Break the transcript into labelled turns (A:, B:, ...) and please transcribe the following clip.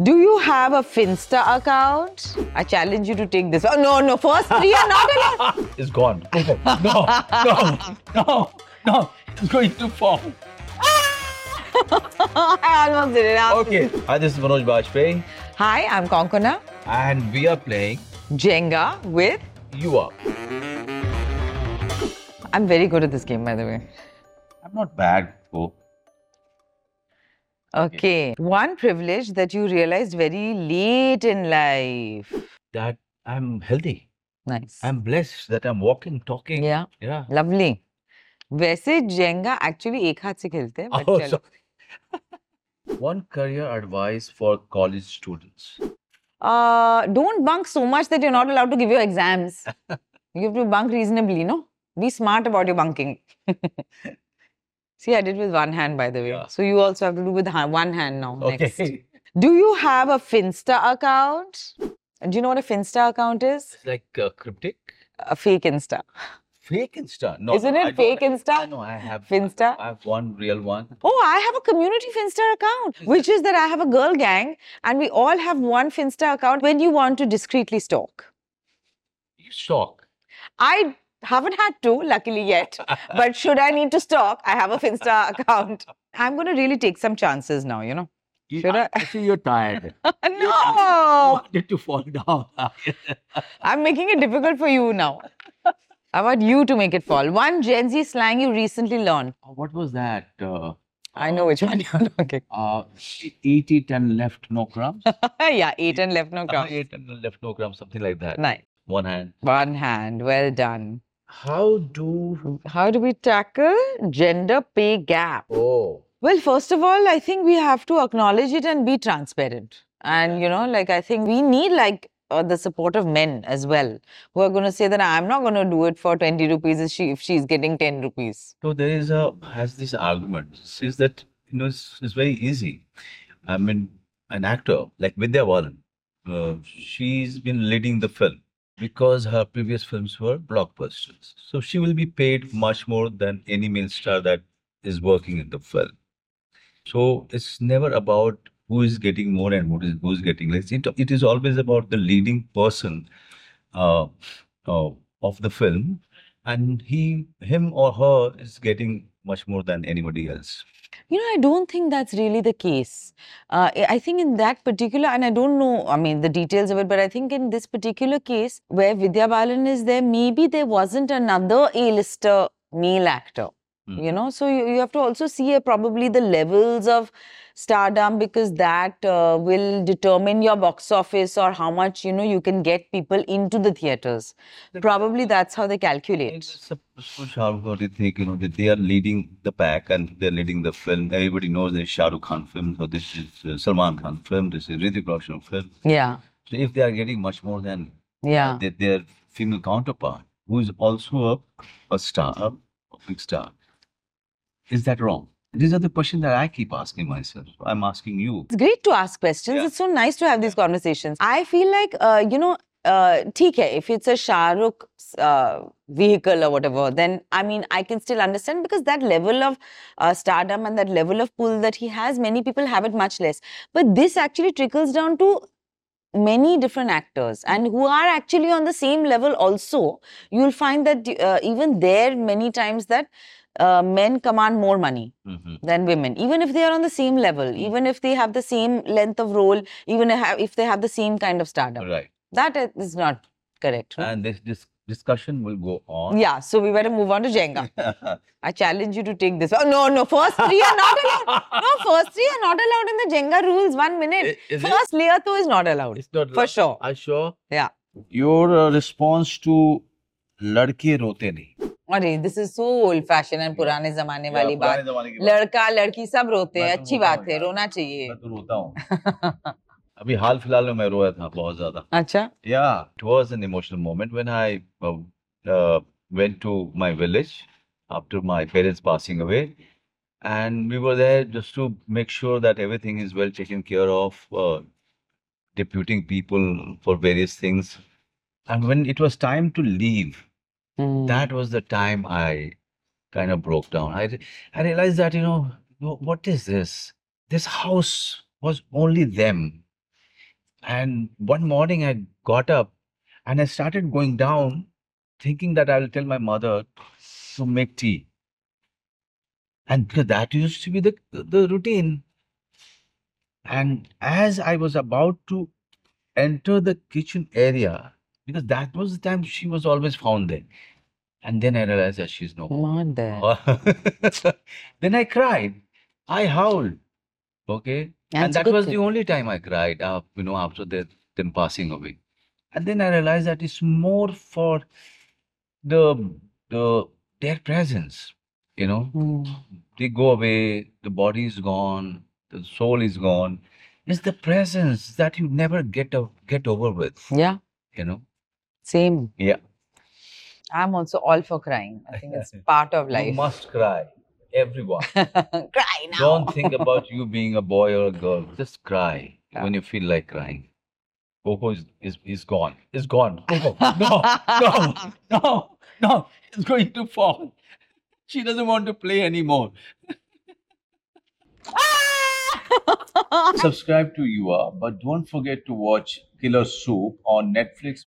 A: Do you have a Finsta account? I challenge you to take this. Oh, no, no. First three are not allowed.
B: It's gone. Over. No, no, no, no. It's going to fall.
A: Oh, I almost did it. I'm-
B: Okay. Hi, this is Manoj Bajpayee,
A: Hi, I'm Konkona.
B: and we are playing
A: Jenga with.
B: You Up.
A: I'm very good at this game, by the way.
B: I'm not bad, though.
A: Okay. One privilege that you realized very late in life.
B: That I'm healthy.
A: Nice.
B: I'm blessed that I'm walking, talking.
A: yeah.
B: Yeah.
A: Lovely वैसे Jenga actually एक हाथ से खेलते हैं but
B: Oh,
A: चलो।
B: sorry. One career advice for college students.
A: Uh, don't bunk so much that you're not allowed to give your exams. you have to bunk reasonably, no? Be smart about your bunking. See, I did with one hand, by the way.
B: Yeah.
A: So you also have to do with ha- one hand now. Next.
B: Okay.
A: Do you have a Finsta account? Do you know what a Finsta account is?
B: It's like uh, cryptic.
A: A fake Insta.
B: Fake Insta. No.
A: Isn't it
B: I don't-
A: fake Insta?
B: I know. I have.
A: Finsta?
B: I have one real one.
A: Oh, I have a community Finsta account, which is that I have a girl gang and we all have one Finsta account when you want to discreetly stalk.
B: You stalk.
A: I haven't had to, luckily yet, but should I need to stalk, I have a Finsta account. I'm going to really take some chances now, you know.
B: You,
A: Should I-
B: see, you're tired.
A: no,
B: wanted to fall down.
A: I'm making it difficult for you now. I want you to make it fall. One Gen Z slang you recently learned.
B: Oh, what was that? Uh,
A: I know which one you're talking.
B: uh, eat it and left no crumbs.
A: yeah, eight and left no
B: Uh,
A: count.
B: eat and left no crumbs, something like that.
A: Nice.
B: One hand.
A: One hand. Well done.
B: How do?
A: How do we tackle gender pay gap?
B: Oh,
A: Well, first of all, I think we have to acknowledge it and be transparent. And, you know, like, I think we need, like, uh, the support of men as well, who are going to say that I'm not going to do it for 20 rupees if, she, if she's getting 10 rupees.
B: so there is a has this argument says that you know it's, it's very easy. I mean, an actor like Vidya Balan, uh, she's been leading the film because her previous films were blockbusters. So she will be paid much more than any male star that is working in the film. So it's never about who is getting more and what is who's getting less. It, it is always about the leading person uh, uh, of the film, and he, him or her is getting much more than anybody else.
A: You know, I don't think that's really the case. Uh, I I think in that particular, and I don't know, I mean, the details of it, but I think in this particular case where Vidya Balan is there, maybe there wasn't another A-lister male actor.
B: Hmm.
A: You know, so you, you have to also see uh, probably the levels of stardom because that uh, will determine your box office or how much you know you can get people into the theaters. Probably that's how they calculate.
B: It's a push Shahrukh Khan, they think you know that they are leading the pack and they're leading the film. Everybody knows this is Shah Rukh Khan film, so this is uh, Salman Khan film, this is Hrithik Roshan film.
A: Yeah,
B: So if they are getting much more than
A: yeah.
B: their, their female counterpart, who is also a, a star, a big star, is that wrong? These are the questions that I keep asking myself. I'm asking you.
A: It's great to ask questions.
B: Yeah.
A: It's so nice to have these conversations. I feel like, uh, you know, uh, theek hai, if it's a Shah Rukh uh, vehicle or whatever, then I mean, I can still understand because that level of uh, stardom and that level of pull that he has, many people have it much less. But this actually trickles down to many different actors and who are actually on the same level also. You'll find that uh, even there, many times that uh, men command more money
B: hmm
A: than women even if they are on the same level even if they have the same length of role even if if they have the same kind of stardom
B: Right.
A: that i- is not correct no?
B: And this, this discussion will go on.
A: yeah so we better move on to jenga i challenge you to take this oh no no first three are not allowed no first three are not allowed in the jenga rules one minute
B: Is it?
A: first layer two is not allowed
B: It's not
A: for
B: love.
A: sure
B: Are you sure?
A: Yeah.
B: Your uh, response to लड़के रोते नहीं
A: अरे this is so old fashion and पुराने जमाने वाली बात
B: बात
A: लड़का लड़की सब रोते हैं
B: मैं तो
A: अच्छी
B: रोता
A: बात
B: हूँ
A: है
B: यार।
A: रोना चाहिए
B: मैं तो रोता हूँ अभी हाल फिलहाल में मैं रोया था बहुत ज्यादा
A: अच्छा
B: Yeah, it was an emotional moment when I uh, uh, went to my village after my parents passing away. And we were there just to make sure that everything is well taken care of, uh, deputing people for various things. And when it was time to leave,
A: Hmm.
B: that was the time I kind of broke down. I, re- I realized that, you know, wh- what is this? This house was only them. And one morning I got up and I started going down, thinking that I'll tell my mother to make tea. And because that used to be the, the routine. And as I was about to enter the kitchen area, because that was the time she was always found there. And then I realized that she's no.
A: Not there.
B: Oh, then I cried. I howled. Okay and,
A: it's a
B: that
A: good
B: was
A: thing.
B: the only time I cried, uh, you know, after their, them passing away. And then I realized that it's more for the the their presence. You know,
A: Mm.
B: they go away, the body is gone, the soul is gone. It's the presence that you never get o- get over with.
A: Yeah,
B: You know,
A: same.
B: Yeah.
A: I'm also all for crying. I think it's part of
B: you
A: life.
B: must cry, everyone.
A: Cry now.
B: Don't think about you being a boy or a girl. Just cry
A: Yeah.
B: when you feel like crying. Coco is, is, is gone. It's gone. Coco, no, no, no, no. It's going to fall. She doesn't want to play anymore.
A: Ah!
B: Subscribe to UR, but don't forget to watch Killer Soup on Netflix.